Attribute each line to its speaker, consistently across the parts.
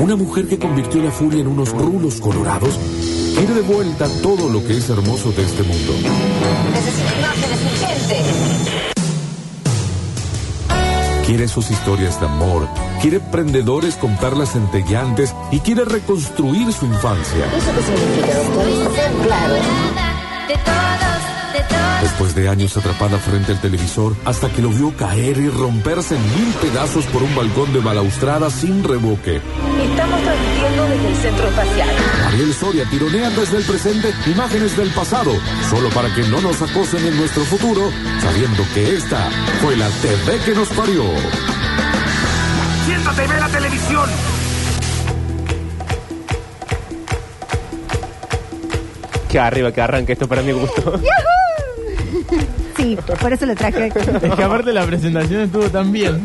Speaker 1: Una mujer que convirtió la furia en unos rulos colorados quiere de vuelta todo lo que es hermoso de este mundo.
Speaker 2: Necesito imágenes urgentes.
Speaker 1: Quiere sus historias de amor, quiere prendedores con perlas centellantes y quiere reconstruir su infancia.
Speaker 2: ¿Eso qué significa, doctor? Ser claro.
Speaker 3: de todos, de todos.
Speaker 1: Después de años atrapada frente al televisor, hasta que lo vio caer y romperse en mil pedazos por un balcón de balaustrada sin revoque.
Speaker 4: Estamos transmitiendo desde el centro espacial.
Speaker 1: Ariel Soria tironea desde el presente imágenes del pasado, solo para que no nos acosen en nuestro futuro, sabiendo que esta fue la TV que nos parió.
Speaker 5: Siéntate y ve la televisión.
Speaker 6: Que arriba, que arranque esto para mi gusto.
Speaker 7: Sí, por eso lo traje aquí.
Speaker 8: Es que aparte la presentación estuvo tan bien.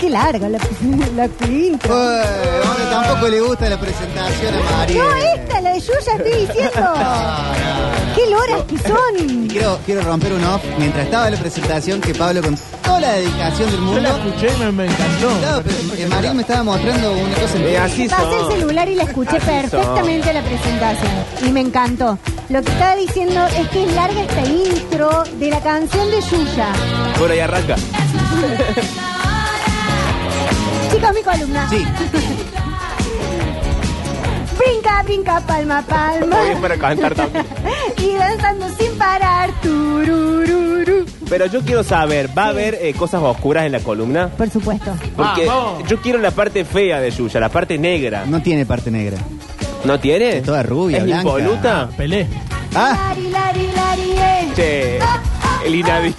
Speaker 7: Qué larga la, la intro.
Speaker 9: Ahora tampoco le gusta la presentación a María.
Speaker 7: No, esta, la de Yuya, estoy diciendo.
Speaker 6: Ah,
Speaker 7: Qué loras que son.
Speaker 9: Quiero, quiero romper un off. Mientras estaba la presentación que Pablo con toda la dedicación del
Speaker 8: Yo la
Speaker 9: mundo.
Speaker 8: escuché y me, me
Speaker 9: Claro,
Speaker 8: encantó.
Speaker 9: pero eh, María me estaba mostrando una cosa en
Speaker 6: Eh, así
Speaker 7: Pasé el
Speaker 6: son.
Speaker 7: celular y la escuché perfectamente la presentación. Y me encantó. Lo que estaba diciendo es que es larga esta intro de la canción de Yuya.
Speaker 6: Por ahí arranca.
Speaker 7: Chicos, mi columna.
Speaker 9: Sí.
Speaker 7: Brinca, brinca, palma, palma.
Speaker 6: Muy bien para cantar también.
Speaker 7: y danzando sin parar. Turururu.
Speaker 6: Pero yo quiero saber, ¿va a haber eh, cosas oscuras en la columna?
Speaker 7: Por supuesto.
Speaker 6: Porque
Speaker 8: Vamos.
Speaker 6: yo quiero la parte fea de Yuya, la parte negra.
Speaker 9: No tiene parte negra.
Speaker 6: ¿No tiene?
Speaker 9: Es toda rubia,
Speaker 6: ¿Es
Speaker 9: blanca.
Speaker 6: impoluta?
Speaker 8: Pelé.
Speaker 9: Ah,
Speaker 7: Lari, lari, lari, eh.
Speaker 6: Che, el Inavi.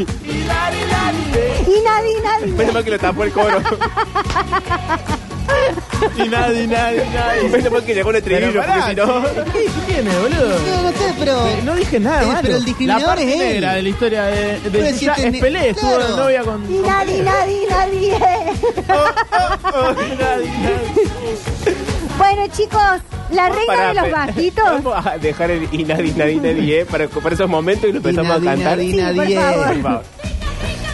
Speaker 7: Y nadie, nadie.
Speaker 6: Menos mal que lo tapó el coro.
Speaker 8: Y nadie, nadie, nadie.
Speaker 6: Menos mal que llegó el estribillo,
Speaker 8: Pero
Speaker 6: porque
Speaker 8: pará,
Speaker 6: si no...
Speaker 8: ¿Qué tiene, boludo?
Speaker 9: no, no sé, pero.
Speaker 8: No dije nada,
Speaker 9: Eh,
Speaker 8: malo.
Speaker 9: pero el discriminador
Speaker 8: La parte
Speaker 9: es él.
Speaker 8: negra de la historia de, de
Speaker 9: Pero
Speaker 8: Yuya
Speaker 9: si te-
Speaker 8: es Pelé. Estuvo
Speaker 9: claro.
Speaker 8: de novia con.
Speaker 7: Y nadie, nadie, nadie. eh.
Speaker 8: Oh, y nadie, nadie.
Speaker 7: Bueno, chicos, la reina
Speaker 6: Pará,
Speaker 7: de los
Speaker 6: pe-
Speaker 7: bajitos.
Speaker 6: Vamos a dejar el Inavi, Inavi, Inavi, eh, para, para esos momentos y lo empezamos
Speaker 9: Nadie,
Speaker 6: a cantar.
Speaker 9: nadie,
Speaker 7: Sí, por
Speaker 9: nadie.
Speaker 7: favor.
Speaker 6: Por favor.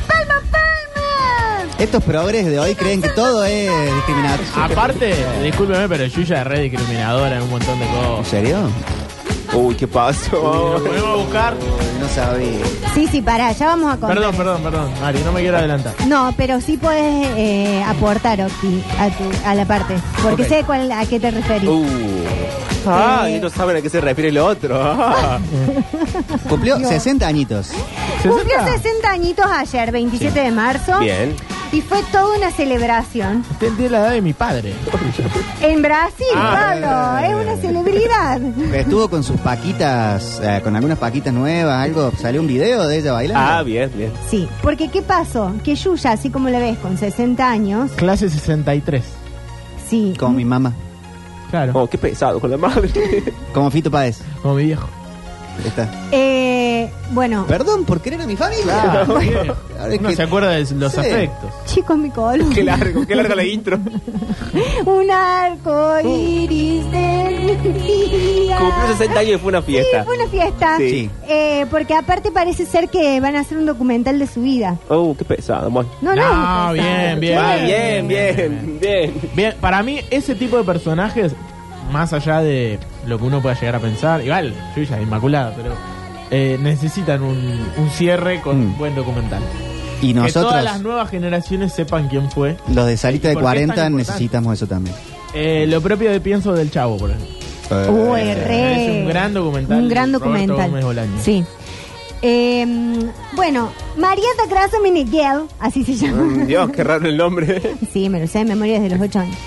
Speaker 7: ¡Palma, palma!
Speaker 9: Estos progres de hoy creen que todo es discriminatorio.
Speaker 8: Aparte, discúlpeme, pero Yuya es re discriminadora en un montón de
Speaker 9: ¿En
Speaker 8: cosas.
Speaker 9: serio?
Speaker 6: Uy, ¿qué pasó?
Speaker 8: Lo podemos buscar.
Speaker 9: Uy, No sabía.
Speaker 7: Sí, sí, pará, ya vamos a contar.
Speaker 8: Perdón, perdón, perdón. Mari, no me quiero adelantar.
Speaker 7: No, pero sí puedes eh, aportar, Octi, a, tu- a la parte. Porque
Speaker 8: Ok.
Speaker 7: sé cuál, a qué te referís.
Speaker 6: Uh. Ah,
Speaker 7: Eh.
Speaker 6: no saben a qué se refiere el otro. Ah.
Speaker 9: Cumplió 60 añitos.
Speaker 7: Cumplió 60 añitos ayer, 27 de marzo.
Speaker 6: Bien.
Speaker 7: Y fue toda una celebración.
Speaker 8: Usted tiene la edad de mi padre.
Speaker 7: En Brasil,
Speaker 9: Ah.
Speaker 7: Pablo, es una celebridad.
Speaker 9: Estuvo con sus paquitas, eh, con algunas paquitas nuevas, algo. Salió un video de ella
Speaker 6: Ah,
Speaker 9: bailando.
Speaker 6: bien, bien.
Speaker 7: Sí, porque ¿qué pasó? Que Yuya, así como la ves, con 60 años,
Speaker 8: Clase 63.
Speaker 7: sí,
Speaker 9: Como mi mamá.
Speaker 8: Claro.
Speaker 6: Oh, qué pesado con la madre.
Speaker 9: Como Fito Páez.
Speaker 8: Como mi viejo.
Speaker 9: Está.
Speaker 7: eh, bueno,
Speaker 9: Perdón por querer a mi familia.
Speaker 8: Claro, bien.
Speaker 9: Ahora es
Speaker 8: Uno
Speaker 9: que-
Speaker 8: se acuerda de los
Speaker 9: Sí.
Speaker 8: afectos.
Speaker 7: chicos, mi columna.
Speaker 6: qué largo, qué larga la intro.
Speaker 7: Un
Speaker 8: Oh.
Speaker 7: arco iris del día.
Speaker 6: Cumplió 60 años y fue una
Speaker 7: Sí,
Speaker 6: fiesta.
Speaker 7: fue una fiesta.
Speaker 9: Sí.
Speaker 7: Eh, porque aparte parece ser que van a hacer un documental de su vida.
Speaker 6: Oh, qué pesado, bueno.
Speaker 7: No, no.
Speaker 8: No,
Speaker 7: es pesado.
Speaker 8: bien, bien.
Speaker 6: Ah, bien, bien, bien.
Speaker 8: Bien, para mí, ese tipo de personajes, más allá de lo que uno pueda llegar a pensar, igual, yo ya inmaculado, pero eh, necesitan un, un cierre con
Speaker 9: Mm.
Speaker 8: un buen documental.
Speaker 9: Y
Speaker 8: Que
Speaker 9: nosotros,
Speaker 8: todas las nuevas generaciones sepan quién fue.
Speaker 9: los de salita de
Speaker 8: ¿Por qué es tan
Speaker 9: 40,
Speaker 8: importante?
Speaker 9: necesitamos eso también.
Speaker 8: Eh, lo propio de pienso del chavo, por ejemplo.
Speaker 7: Uy,
Speaker 9: Eh,
Speaker 7: re.
Speaker 8: Es un gran documental
Speaker 7: Un gran
Speaker 8: de Roberto
Speaker 7: documental.
Speaker 8: Gómez Bolaño.
Speaker 7: sí. Eh, bueno, María da Gracia Meneghel, así se llama.
Speaker 6: Mm, Dios, qué raro el nombre.
Speaker 7: Sí, me lo sé de memoria desde los 8 años.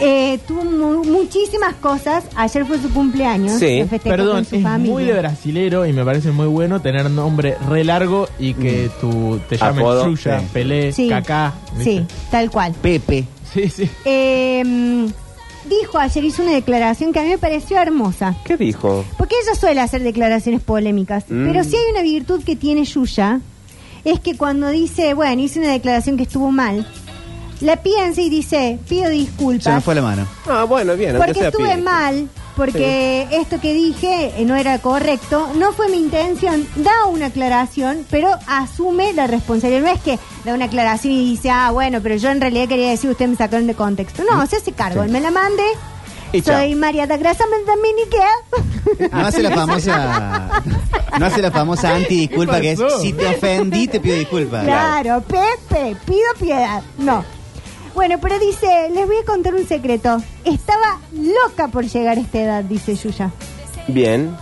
Speaker 7: Eh, tuvo mu- muchísimas cosas. Ayer fue su cumpleaños.
Speaker 6: Sí.
Speaker 7: lo festejó
Speaker 8: Perdón,
Speaker 7: con su
Speaker 8: es
Speaker 7: familia.
Speaker 8: muy de brasilero y me parece muy bueno tener nombre re largo y que tú te llames
Speaker 6: Mm. Apodo,
Speaker 8: Suya,
Speaker 6: sí.
Speaker 8: Pelé,
Speaker 7: Sí.
Speaker 8: Kaká.
Speaker 7: Sí,
Speaker 8: ¿viste?
Speaker 7: tal cual.
Speaker 9: Pepe.
Speaker 8: Sí, sí.
Speaker 7: Eh, dijo ayer, hizo una declaración que a mí me pareció hermosa.
Speaker 6: ¿Qué dijo?
Speaker 7: Porque ella suele hacer declaraciones polémicas.
Speaker 6: Mm.
Speaker 7: Pero si hay una virtud que tiene Yuya, es que cuando dice, bueno, hice una declaración que estuvo mal, la piensa y dice, pido
Speaker 9: Se me
Speaker 7: disculpas.
Speaker 9: fue la mano.
Speaker 6: Ah, bueno, bien. aunque
Speaker 7: Porque
Speaker 6: sea
Speaker 7: estuve
Speaker 6: pibe.
Speaker 7: mal, porque esto que dije eh, no era correcto, no fue mi intención, da una aclaración, pero asume la responsabilidad. No es que da una aclaración y dice, ah, bueno, pero yo en realidad quería decir, ustedes me sacaron de contexto. No, se hace cargo, él me la mande.
Speaker 6: Mm. Y chao.
Speaker 7: Soy María da Grasa Mendaminiquea.
Speaker 9: No hace la famosa. No hace la famosa anti-disculpa que es:
Speaker 8: pasó?
Speaker 9: si te ofendí, te pido disculpas.
Speaker 7: Claro, Pepe, pido piedad. No. Bueno, pero dice, les voy a contar un secreto. Estaba loca por llegar a esta edad, dice Yuya.
Speaker 6: Bien.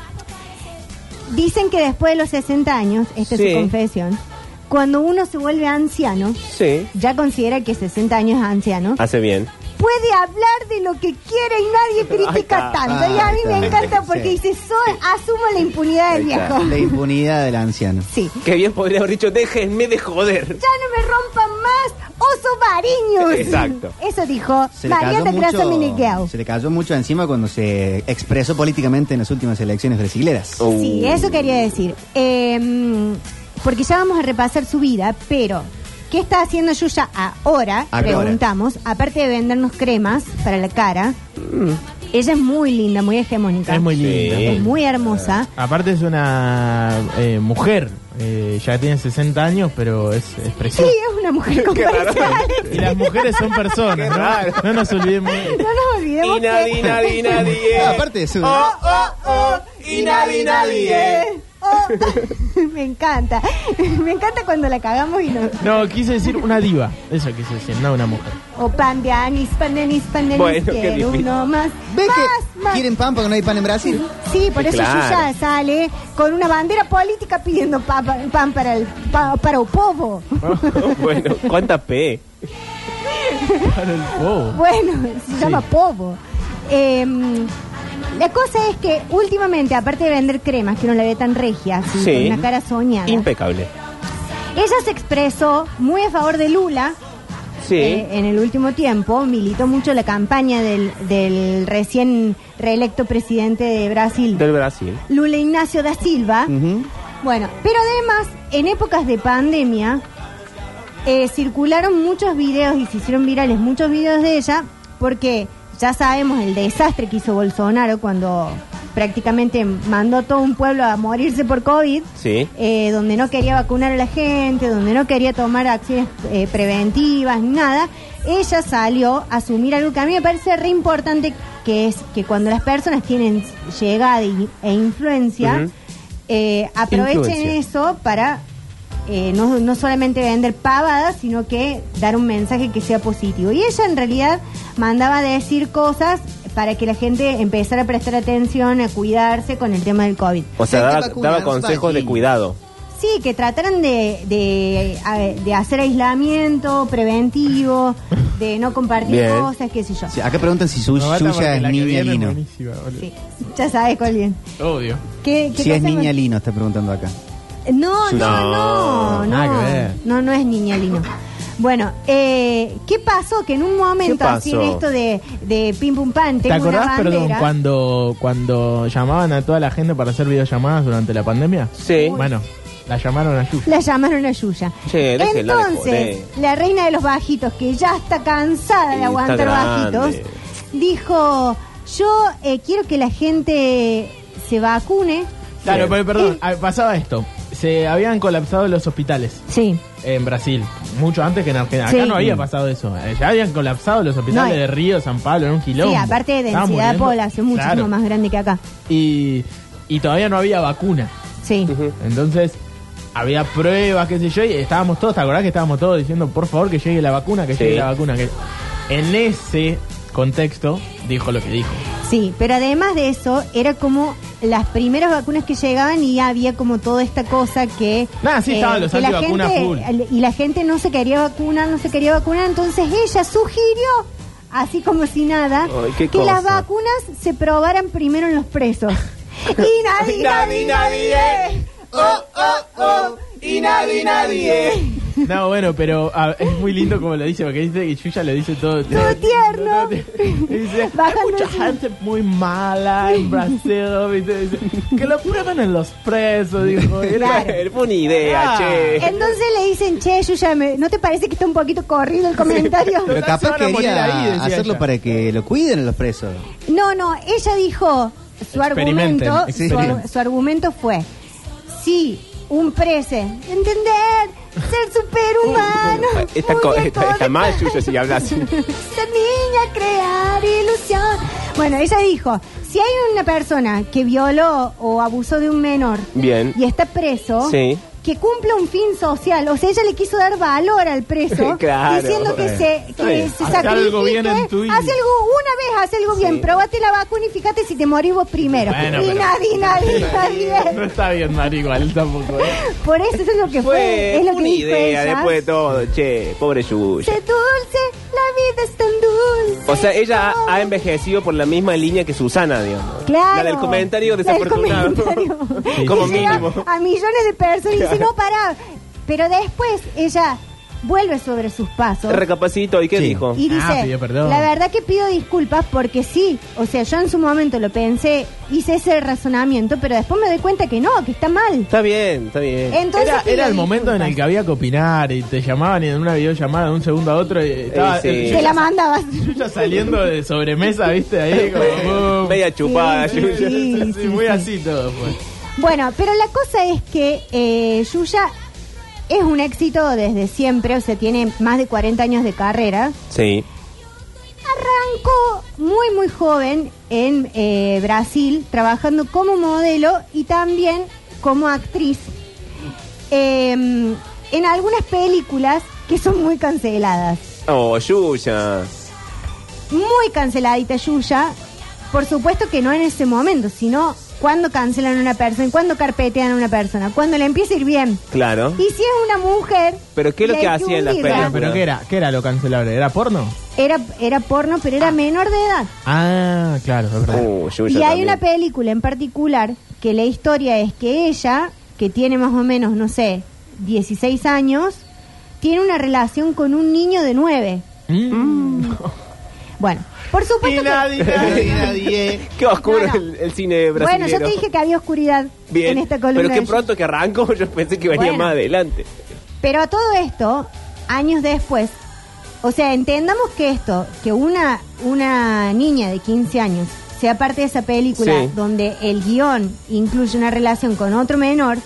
Speaker 7: Dicen que después de los 60 años, esta es
Speaker 6: Sí.
Speaker 7: su confesión, cuando uno se vuelve anciano,
Speaker 6: Sí.
Speaker 7: ya considera que 60 años es anciano,
Speaker 6: Hace bien.
Speaker 7: puede hablar de lo que quiere y nadie critica
Speaker 6: está.
Speaker 7: tanto. Y a mí
Speaker 9: Ahí
Speaker 7: me
Speaker 9: está.
Speaker 7: encanta porque
Speaker 9: Sí.
Speaker 7: dice, soy, asumo la impunidad del
Speaker 6: Ahí está.
Speaker 7: viejo.
Speaker 9: La impunidad del anciano.
Speaker 7: Sí.
Speaker 6: Qué bien podría haber dicho, déjenme de joder.
Speaker 7: Ya no me rompan más, oso bariños.
Speaker 6: Exacto.
Speaker 7: Eso dijo
Speaker 9: Se le,
Speaker 7: María
Speaker 9: cayó
Speaker 7: da Grasa
Speaker 9: mucho,
Speaker 7: Miniqueo.
Speaker 9: se le cayó mucho encima cuando se expresó políticamente en las últimas elecciones brasileras.
Speaker 6: Oh.
Speaker 7: Sí, eso quería decir. Eh, porque ya vamos a repasar su vida, pero ¿qué está haciendo Yuya ahora?
Speaker 9: Ahora.
Speaker 7: Preguntamos, aparte de vendernos cremas para la cara. Ella es muy linda, muy hegemónica.
Speaker 8: Es muy
Speaker 6: Mm. Sí. Ah.
Speaker 8: linda.
Speaker 7: Es muy hermosa.
Speaker 8: Aparte es una eh, mujer, eh, ya tiene 60 años, pero es, es
Speaker 7: Sí,
Speaker 8: preciosa.
Speaker 7: es una mujer con
Speaker 6: Qué raro.
Speaker 7: parciales.
Speaker 8: Y las mujeres son personas,
Speaker 6: Qué raro.
Speaker 8: ¿no? No nos olvidemos.
Speaker 7: No nos olvidemos
Speaker 6: Y nadie,
Speaker 7: que...
Speaker 6: nadie, nadie.
Speaker 9: Ah, aparte de eso.
Speaker 6: Oh, oh, oh. Y nadie, nadie.
Speaker 7: Oh, me encanta. Me encanta cuando la cagamos y nos...
Speaker 8: No, quise decir una diva. Eso quise decir, no una mujer.
Speaker 7: O pan de anís, pan de anís, pan de anís,
Speaker 6: Bueno, qué
Speaker 7: quiero
Speaker 6: difícil.
Speaker 7: uno más.
Speaker 9: ¿Ves
Speaker 7: más,
Speaker 9: que
Speaker 7: más.
Speaker 9: quieren pan porque no hay pan en Brasil?
Speaker 7: Sí, por
Speaker 6: Sí,
Speaker 7: eso
Speaker 6: claro.
Speaker 7: Yuya sale con una bandera política pidiendo pa- pa- pan para el pa- para el povo.
Speaker 6: Ah. bueno, cuánta P.
Speaker 8: Para el bobo.
Speaker 7: Bueno, se llama povo. Em, la cosa es que últimamente, aparte de vender cremas, que no la ve tan regia, así,
Speaker 6: Sí.
Speaker 7: con una cara soñada,
Speaker 6: Impecable.
Speaker 7: ella se expresó muy a favor de Lula,
Speaker 6: Sí.
Speaker 7: Eh, en el último tiempo militó mucho la campaña del, del recién reelecto presidente de Brasil,
Speaker 6: Del Brasil.
Speaker 7: Lula Ignacio da Silva.
Speaker 9: Ujú.
Speaker 7: Bueno, pero además, en épocas de pandemia, eh, circularon muchos videos y se hicieron virales muchos videos de ella, porque ya sabemos el desastre que hizo Bolsonaro cuando prácticamente mandó todo un pueblo a morirse por COVID
Speaker 6: Sí.
Speaker 7: eh, donde no quería vacunar a la gente, donde no quería tomar acciones eh, preventivas, ni nada, ella salió a asumir algo que a mí me parece re importante, que es que cuando las personas tienen llegada y- e influencia,
Speaker 6: Ujú.
Speaker 7: eh, aprovechen
Speaker 6: Influencia.
Speaker 7: eso para eh, no, no solamente vender pavadas, sino que dar un mensaje que sea positivo. Y ella en realidad mandaba decir cosas para que la gente empezara a prestar atención, a cuidarse con el tema del COVID.
Speaker 6: O sea,
Speaker 9: Hay que
Speaker 6: daba,
Speaker 9: vacunar,
Speaker 6: daba consejos de
Speaker 9: Brasil.
Speaker 6: cuidado.
Speaker 7: Sí, que trataran de, de, a ver, de hacer aislamiento preventivo, de no compartir
Speaker 6: Bien.
Speaker 7: cosas, qué sé yo.
Speaker 9: Sí, acá preguntan si su
Speaker 8: No, basta porque
Speaker 9: Yuya es
Speaker 8: la que
Speaker 9: niña
Speaker 8: viene es
Speaker 9: lino.
Speaker 8: buenísima, boludo.
Speaker 7: Sí, ya sabes cuál bien.
Speaker 8: Obvio.
Speaker 7: ¿Qué, qué
Speaker 9: Si es
Speaker 7: cosa
Speaker 9: niña
Speaker 7: más?
Speaker 9: lino, está preguntando acá.
Speaker 7: No, no, no,
Speaker 6: No,
Speaker 8: nada
Speaker 7: no,
Speaker 8: que ver.
Speaker 7: no, no es niña Lino. Bueno, eh, ¿qué pasó? Que en un momento así en
Speaker 6: pasó?
Speaker 7: esto de, de pim pum pan,
Speaker 8: ¿Te
Speaker 7: tengo
Speaker 8: acordás,
Speaker 7: una
Speaker 8: perdón,
Speaker 7: bandera.
Speaker 8: cuando, cuando llamaban a toda la gente para hacer videollamadas durante la pandemia?
Speaker 6: Sí.
Speaker 8: Bueno, la llamaron a Yuya.
Speaker 7: La llamaron a Yuya.
Speaker 6: Che, déjenla de
Speaker 7: Entonces,
Speaker 6: joder.
Speaker 7: la reina de los bajitos, que ya está cansada
Speaker 6: Y
Speaker 7: de
Speaker 6: está
Speaker 7: aguantar
Speaker 6: grande.
Speaker 7: bajitos, dijo, yo eh, quiero que la gente se vacune.
Speaker 8: Claro,
Speaker 6: Sí.
Speaker 8: pero perdón, ah, pasaba esto. Se habían colapsado los hospitales
Speaker 7: Sí.
Speaker 8: en Brasil, mucho antes que en Argentina. Acá
Speaker 7: Sí.
Speaker 8: no había pasado eso. Eh, Ya habían colapsado los hospitales
Speaker 7: No, eh.
Speaker 8: de Río, San Pablo, en un quilombo.
Speaker 7: Sí, aparte de
Speaker 8: Estaban
Speaker 7: densidad de
Speaker 8: muriendo.
Speaker 7: población muchísimo
Speaker 8: Claro.
Speaker 7: más grande que acá.
Speaker 8: Y, y todavía no había vacuna.
Speaker 7: Sí.
Speaker 8: Entonces, había pruebas, qué sé yo, y estábamos todos, ¿te acordás que estábamos todos diciendo, por favor, que llegue la vacuna, que
Speaker 6: Sí.
Speaker 8: llegue la vacuna? Que... En ese contexto, dijo lo que dijo.
Speaker 7: Sí, pero además de eso, era como las primeras vacunas que llegaban y había como toda esta cosa que. eh,
Speaker 8: Nah, sí, estaban los
Speaker 7: que la
Speaker 8: antivacunas
Speaker 7: gente- Y la gente no se quería vacunar, no se quería vacunar, entonces ella sugirió, así como si nada,
Speaker 6: Ay, qué
Speaker 7: que las
Speaker 6: cosa.
Speaker 7: vacunas se probaran primero en los presos. y Oh, nadie, nadie, nadie.
Speaker 6: Y nadie, nadie.
Speaker 8: No, bueno, pero a- es muy lindo como lo dice, porque dice que Yuya lo dice todo.
Speaker 7: Todo tierno.
Speaker 8: Dice, hay
Speaker 7: Bajando
Speaker 8: mucha
Speaker 7: así.
Speaker 8: gente muy mala en Brasil. ¿viste? Dice, que lo prueben en los presos, dijo.
Speaker 6: Era- Fue una idea,
Speaker 8: Ah.
Speaker 6: che.
Speaker 7: Entonces le dicen, che, Yuya, me- ¿no te parece que está un poquito corrido el comentario?
Speaker 9: Pero
Speaker 8: Total, se
Speaker 9: capaz
Speaker 8: van a morir
Speaker 9: quería
Speaker 8: ahí, decía
Speaker 9: hacerlo
Speaker 8: ella.
Speaker 9: para que lo cuiden a los presos.
Speaker 7: No, no, ella dijo su
Speaker 8: Experimenten,
Speaker 7: argumento, su,
Speaker 8: experimenten.
Speaker 7: ar- su argumento fue, sí, un prese, entender, ser superhumano.
Speaker 6: Está
Speaker 7: un
Speaker 6: co-
Speaker 7: día
Speaker 6: está- está
Speaker 7: conectar-
Speaker 6: mal, Yuya, si habla así.
Speaker 7: Ser niña, crear ilusión. Bueno, ella dijo, si hay una persona que violó o abusó de un menor
Speaker 6: Bien.
Speaker 7: y está preso,
Speaker 6: Sí.
Speaker 7: que cumpla un fin social, o sea, ella le quiso dar valor al preso,
Speaker 6: Claro.
Speaker 7: diciendo que se,
Speaker 6: Está
Speaker 7: que
Speaker 6: bien.
Speaker 7: se
Speaker 8: Hace algo bien en
Speaker 7: sacrifique,
Speaker 8: tu vida.
Speaker 7: hace algo una vez hace algo bien, probate la vacuna y fíjate si te morís vos primero.
Speaker 8: Bueno,
Speaker 7: y
Speaker 8: pero-
Speaker 7: nadie, nadie,
Speaker 8: No
Speaker 7: nadie.
Speaker 8: está bien, Mari, igual tampoco. ¿eh?
Speaker 7: Por eso es lo que fue,
Speaker 6: Fue
Speaker 7: es lo que
Speaker 6: una
Speaker 7: dijo
Speaker 6: idea
Speaker 7: ella.
Speaker 6: después de todo, che. Pobre Yuya.
Speaker 7: Sé dulce, la vida es tan dulce.
Speaker 6: O sea, ella ha-
Speaker 7: Oh.
Speaker 6: ha envejecido por la misma línea que Susana, digamos.
Speaker 7: Claro.
Speaker 6: La del comentario
Speaker 7: La del
Speaker 6: desafortunado.
Speaker 7: comentario.
Speaker 6: Como
Speaker 7: Que llega
Speaker 6: mínimo.
Speaker 7: A millones de personas y dice,
Speaker 6: Claro.
Speaker 7: no, pará. Pero después ella vuelve sobre sus pasos.
Speaker 6: Recapacito, ¿y qué
Speaker 9: Sí.
Speaker 6: dijo?
Speaker 7: Y dice,
Speaker 8: Ah, pidió perdón.
Speaker 7: la verdad que pido disculpas porque sí, o sea, yo en su momento lo pensé, hice ese razonamiento, pero después me doy cuenta que no, que está mal.
Speaker 6: Está bien, está bien.
Speaker 7: Entonces
Speaker 8: Era,
Speaker 7: pido
Speaker 8: era el momento en el que
Speaker 7: disculpas.
Speaker 8: había que opinar y te llamaban y en una videollamada de un segundo a otro y estaba
Speaker 6: sí.
Speaker 8: eh,
Speaker 7: Te la mandabas.
Speaker 8: Yuya saliendo de sobremesa, viste, ahí como... boom.
Speaker 6: Media chupada,
Speaker 8: Sí,
Speaker 6: Yuya.
Speaker 8: sí,
Speaker 7: Sí,
Speaker 8: sí,
Speaker 7: sí,
Speaker 8: muy
Speaker 7: sí.
Speaker 8: así todo fue.
Speaker 7: Bueno, pero la cosa es que eh, Yuya es un éxito desde siempre, o sea, tiene más de 40 años de carrera.
Speaker 6: Sí.
Speaker 7: Arrancó muy, muy joven en eh, Brasil, trabajando como modelo y también como actriz eh, en algunas películas que son muy canceladas.
Speaker 6: Oh, Yuya.
Speaker 7: Muy canceladita Yuya. Por supuesto que no en ese momento, sino cuando cancelan a una persona, cuando carpetean a una persona, cuando le empieza a ir bien.
Speaker 6: Claro.
Speaker 7: Y si es una mujer.
Speaker 6: Pero ¿qué es lo
Speaker 7: y
Speaker 6: que
Speaker 7: hay
Speaker 6: hacía en las
Speaker 7: hundirla.
Speaker 6: pelis?
Speaker 8: Ah, ¿Pero qué era? ¿Qué era lo cancelable? ¿Era porno?
Speaker 7: Era, era porno, pero era menor de edad.
Speaker 8: Ah, claro, es verdad.
Speaker 6: Oh, Yuya.
Speaker 7: Y hay
Speaker 6: también.
Speaker 7: una película en particular que la historia es que ella, que tiene más o menos, no sé, 16 años, tiene una relación con un niño de 9.
Speaker 8: Mm.
Speaker 7: Bueno, por
Speaker 8: Y
Speaker 7: supuesto que...
Speaker 8: nadie, nadie, nadie.
Speaker 6: Qué oscuro
Speaker 7: No, no.
Speaker 6: El, el cine brasileño.
Speaker 7: Bueno, yo te dije que había oscuridad
Speaker 6: Bien,
Speaker 7: en esta columna.
Speaker 6: pero qué
Speaker 7: de-
Speaker 6: pronto que arrancó, yo pensé que venía
Speaker 7: Bueno.
Speaker 6: más adelante.
Speaker 7: Pero a todo esto, años después, o sea, entendamos que esto, que una, una niña de 15 años sea parte de esa película
Speaker 6: Sí.
Speaker 7: donde el guión incluye una relación con otro menor,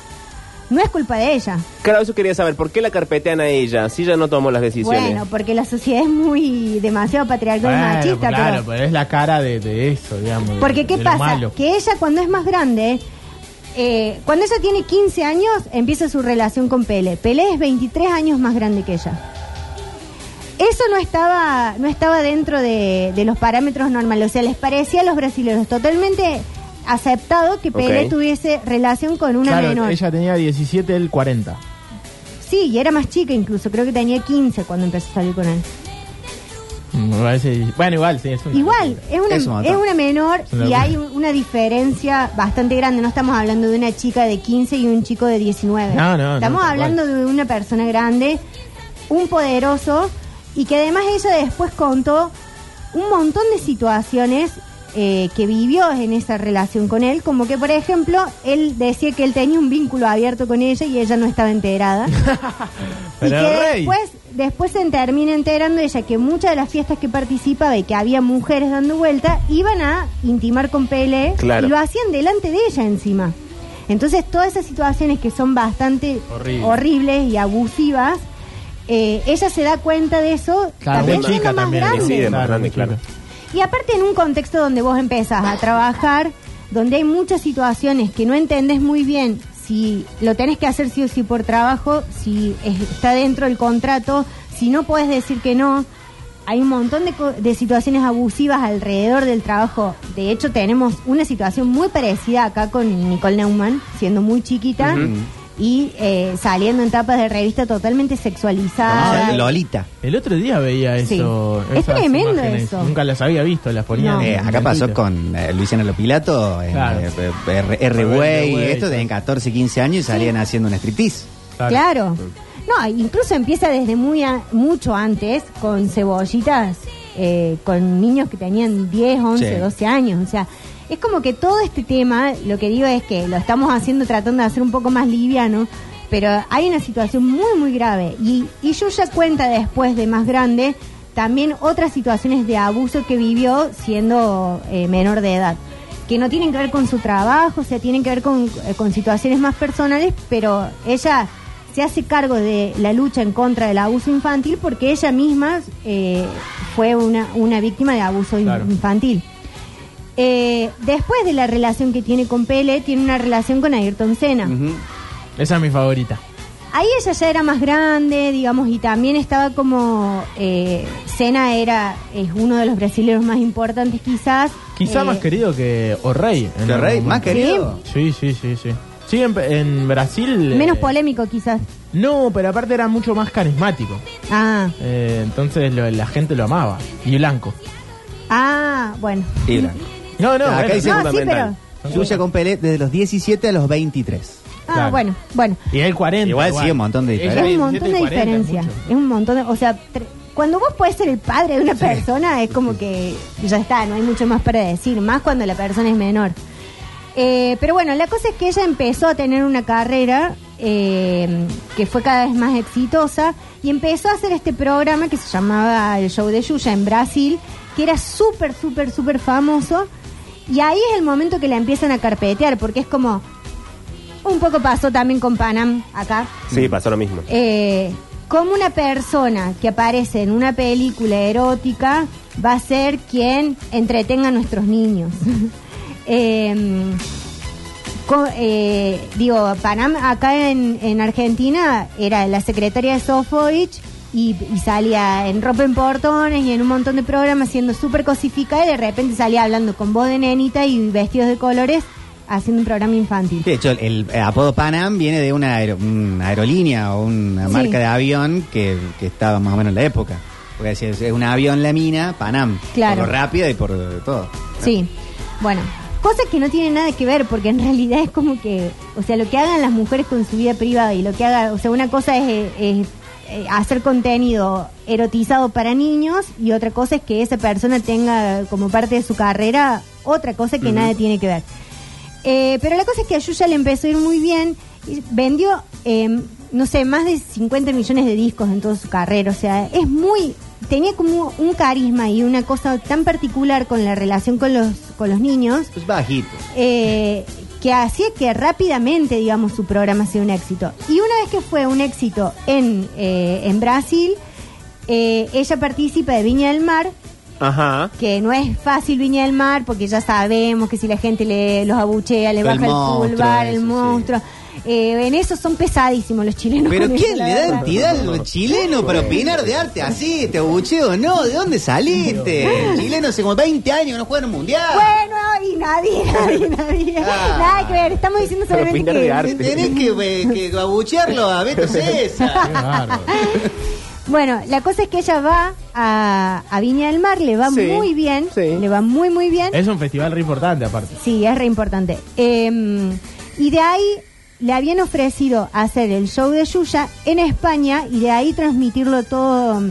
Speaker 7: no es culpa de ella.
Speaker 6: Claro, eso quería saber, ¿por qué la carpetean a ella si ella no tomó las decisiones?
Speaker 7: Bueno, porque la sociedad es muy demasiado patriarcal y
Speaker 8: Bueno,
Speaker 7: machista,
Speaker 8: claro,
Speaker 7: pero...
Speaker 8: pero... es la cara de, de eso, digamos. de-
Speaker 7: Porque ¿qué
Speaker 8: de lo
Speaker 7: pasa?
Speaker 8: malo.
Speaker 7: Que ella cuando es más grande, eh, cuando ella tiene 15 años, empieza su relación con Pele. Pele es 23 años más grande que ella. Eso no estaba, no estaba dentro de, de los parámetros normales. O sea, les parecía a los brasileños totalmente aceptado que Pelé
Speaker 6: Ok.
Speaker 7: tuviese relación con una
Speaker 8: Claro,
Speaker 7: menor.
Speaker 8: ella tenía 17, él 40.
Speaker 7: Sí, y era más chica incluso. Creo que tenía 15 cuando empezó a salir con él.
Speaker 8: Mm, me parece- Bueno, igual, sí, es una-
Speaker 7: Igual, es una,
Speaker 9: Es un montón.
Speaker 7: es una menor
Speaker 8: una
Speaker 7: y
Speaker 8: locura.
Speaker 7: hay un- una diferencia bastante grande. No estamos hablando de una chica de 15 y un chico de 19.
Speaker 8: No, no, no,
Speaker 7: Estamos
Speaker 8: tal
Speaker 7: hablando de una persona grande, un poderoso y que además ella después contó un montón de situaciones eh, que vivió en esa relación con él. Como que, por ejemplo, él decía que él tenía un vínculo abierto con ella y ella no estaba enterada. Y
Speaker 8: Pero
Speaker 7: que
Speaker 8: rey.
Speaker 7: después, después se termina enterando ella que muchas de las fiestas que participaba y que había mujeres dando vuelta iban a intimar con Pele
Speaker 6: Claro.
Speaker 7: y lo hacían delante de ella encima. Entonces todas esas situaciones que son bastante
Speaker 8: Horrible.
Speaker 7: horribles y abusivas, eh, ella se da cuenta de eso
Speaker 8: Claro,
Speaker 7: también
Speaker 8: muy
Speaker 7: siendo
Speaker 8: chica
Speaker 7: más
Speaker 8: también.
Speaker 7: grande.
Speaker 6: Sí, de más grande,
Speaker 8: muy chica.
Speaker 6: claro.
Speaker 7: Y aparte en un contexto donde vos empezás a trabajar, donde hay muchas situaciones que no entendés muy bien si lo tenés que hacer sí o sí por trabajo, si es- está dentro del contrato, si no podés decir que no. Hay un montón de, co- de situaciones abusivas alrededor del trabajo. De hecho, tenemos una situación muy parecida acá con Nicole Neumann, siendo muy chiquita y eh, saliendo en tapas de revista totalmente sexualizadas.
Speaker 9: Vamos a- Lolita.
Speaker 8: El otro día veía
Speaker 7: Sí.
Speaker 8: eso.
Speaker 7: Es
Speaker 8: esas
Speaker 7: tremendo
Speaker 8: imágenes.
Speaker 7: eso.
Speaker 8: Nunca las había visto, las ponían.
Speaker 7: No.
Speaker 8: en-
Speaker 9: Eh, acá
Speaker 8: en
Speaker 9: pasó
Speaker 8: Twitter.
Speaker 9: con eh, Luciana Lopilato, en,
Speaker 8: Claro.
Speaker 9: eh, R- R.
Speaker 8: Rebelde
Speaker 9: Way, y
Speaker 8: Way,
Speaker 9: esto
Speaker 8: sí.
Speaker 9: tenían 14, 15 años y salían haciendo un striptease.
Speaker 7: Claro. No, incluso empieza desde muy a- mucho antes con cebollitas, eh, con niños que tenían 10, 11,
Speaker 9: Sí.
Speaker 7: 12 años. O sea, es como que todo este tema, lo que digo es que lo estamos haciendo tratando de hacer un poco más liviano, pero hay una situación muy, muy grave. Y, y Yuya cuenta después de más grande también otras situaciones de abuso que vivió siendo eh, menor de edad que no tienen que ver con su trabajo, o sea, tienen que ver con, eh, con situaciones más personales, pero ella se hace cargo de la lucha en contra del abuso infantil porque ella misma eh, fue una, una víctima de abuso in-
Speaker 8: Claro.
Speaker 7: infantil. Eh, después de la relación que tiene con Pele, tiene una relación con Ayrton Senna.
Speaker 8: Esa es mi favorita.
Speaker 7: Ahí ella ya era más grande, digamos, y también estaba como eh, Senna era es uno de los brasileños más importantes quizás.
Speaker 8: Quizá
Speaker 7: Eh,
Speaker 8: más querido que O'Rey. en
Speaker 9: ¿Que
Speaker 8: algún
Speaker 9: Rey? ¿Más
Speaker 8: momento.
Speaker 9: querido?
Speaker 8: Sí, sí, sí, sí. Sí, en, en Brasil... eh,
Speaker 7: menos polémico quizás.
Speaker 8: No, pero aparte era mucho más carismático.
Speaker 7: Ah.
Speaker 8: Eh, entonces lo- la gente lo amaba. Y blanco.
Speaker 7: Ah, bueno.
Speaker 9: Y blanco.
Speaker 8: No, no,
Speaker 9: Acá
Speaker 8: bueno.
Speaker 9: dice-
Speaker 7: No, sí, pero.
Speaker 9: Yuya con Pelé desde los 17 a los 23.
Speaker 7: Ah,
Speaker 8: Claro.
Speaker 7: bueno, bueno.
Speaker 8: Y él 40.
Speaker 9: Igual sí, un montón de
Speaker 8: Ella
Speaker 9: diferencia.
Speaker 7: Es un
Speaker 8: 17
Speaker 7: montón
Speaker 8: y
Speaker 7: de
Speaker 8: 40,
Speaker 7: diferencia.
Speaker 8: mucho.
Speaker 7: Es un montón de. O sea, tre- cuando vos puedes ser el padre de una persona, es como que ya está, no hay mucho más para decir, más cuando la persona es menor. Eh, pero bueno, la cosa es que ella empezó a tener una carrera eh, que fue cada vez más exitosa y empezó a hacer este programa que se llamaba El Show de Yuya en Brasil, que era súper, súper, súper famoso. Y ahí es el momento que la empiezan a carpetear, porque es como. Un poco pasó también con Panam acá.
Speaker 6: Sí, pasó lo mismo.
Speaker 7: Eh, ¿Cómo una persona que aparece en una película erótica va a ser quien entretenga a nuestros niños? Em, co- eh, digo, Panam acá en, en Argentina era la secretaria de Sofovich y, y salía en ropa en portones y en un montón de programas siendo súper cosificada y de repente salía hablando con voz de nenita y vestidos de colores haciendo un programa infantil.
Speaker 9: De hecho, el, el, eh, apodo Panam viene de una, aero- una aerolínea o una
Speaker 7: Sí.
Speaker 9: marca de avión que, que estaba más o menos en la época. Porque si es es un avión la mina, Panam.
Speaker 7: Claro.
Speaker 9: Por lo rápida y por eh, todo.
Speaker 7: Sí, bueno, cosas que no tienen nada que ver, porque en realidad es como que, o sea, lo que hagan las mujeres con su vida privada y lo que haga, o sea, una cosa es, eh, es, eh, hacer contenido erotizado para niños y otra cosa es que esa persona tenga como parte de su carrera otra cosa que nada tiene que ver. Eh, pero la cosa es que a Yuya le empezó a ir muy bien. y Vendió, eh, no sé, más de 50 millones de discos en toda su carrera. O sea, es muy. Tenía como un carisma y una cosa tan particular con la relación con los, con los niños
Speaker 9: Pues bajito.
Speaker 7: eh, que hacía que rápidamente, digamos, su programa sea un éxito. Y una vez que fue un éxito en, eh, en Brasil, eh, ella participa de Viña del Mar
Speaker 6: Ajá.
Speaker 7: que no es fácil Viña del Mar porque ya sabemos que si la gente le, los abuchea, le
Speaker 9: El
Speaker 7: baja
Speaker 9: monstruo,
Speaker 7: el pulvar, el
Speaker 9: eso, sí.
Speaker 7: monstruo. Eh, en eso son pesadísimos los chilenos.
Speaker 9: Pero
Speaker 7: con
Speaker 9: ¿quién
Speaker 7: eso, la
Speaker 9: le da
Speaker 7: verdad.
Speaker 9: entidad al chileno para opinar de arte así? ¿Te bucheo no? ¿De dónde saliste? Chileno hace como 20 años que no juegan un mundial.
Speaker 7: Bueno, y nadie, nadie, nadie.
Speaker 9: Ah.
Speaker 7: Nada que ver, estamos diciendo
Speaker 6: Pero
Speaker 7: solamente
Speaker 6: opinar de
Speaker 7: que...
Speaker 6: arte.
Speaker 9: Tenés que, eh, que abuchearlo a Beto César.
Speaker 8: Qué bárbaro.
Speaker 7: Bueno, la cosa es que ella va a, a Viña del Mar, le va
Speaker 6: Sí,
Speaker 7: muy bien,
Speaker 6: sí.
Speaker 7: le va muy, muy bien.
Speaker 8: es un festival re importante aparte.
Speaker 7: Sí, es re importante. Eh, y de ahí le habían ofrecido hacer el show de Yuya en España y de ahí transmitirlo todo mm,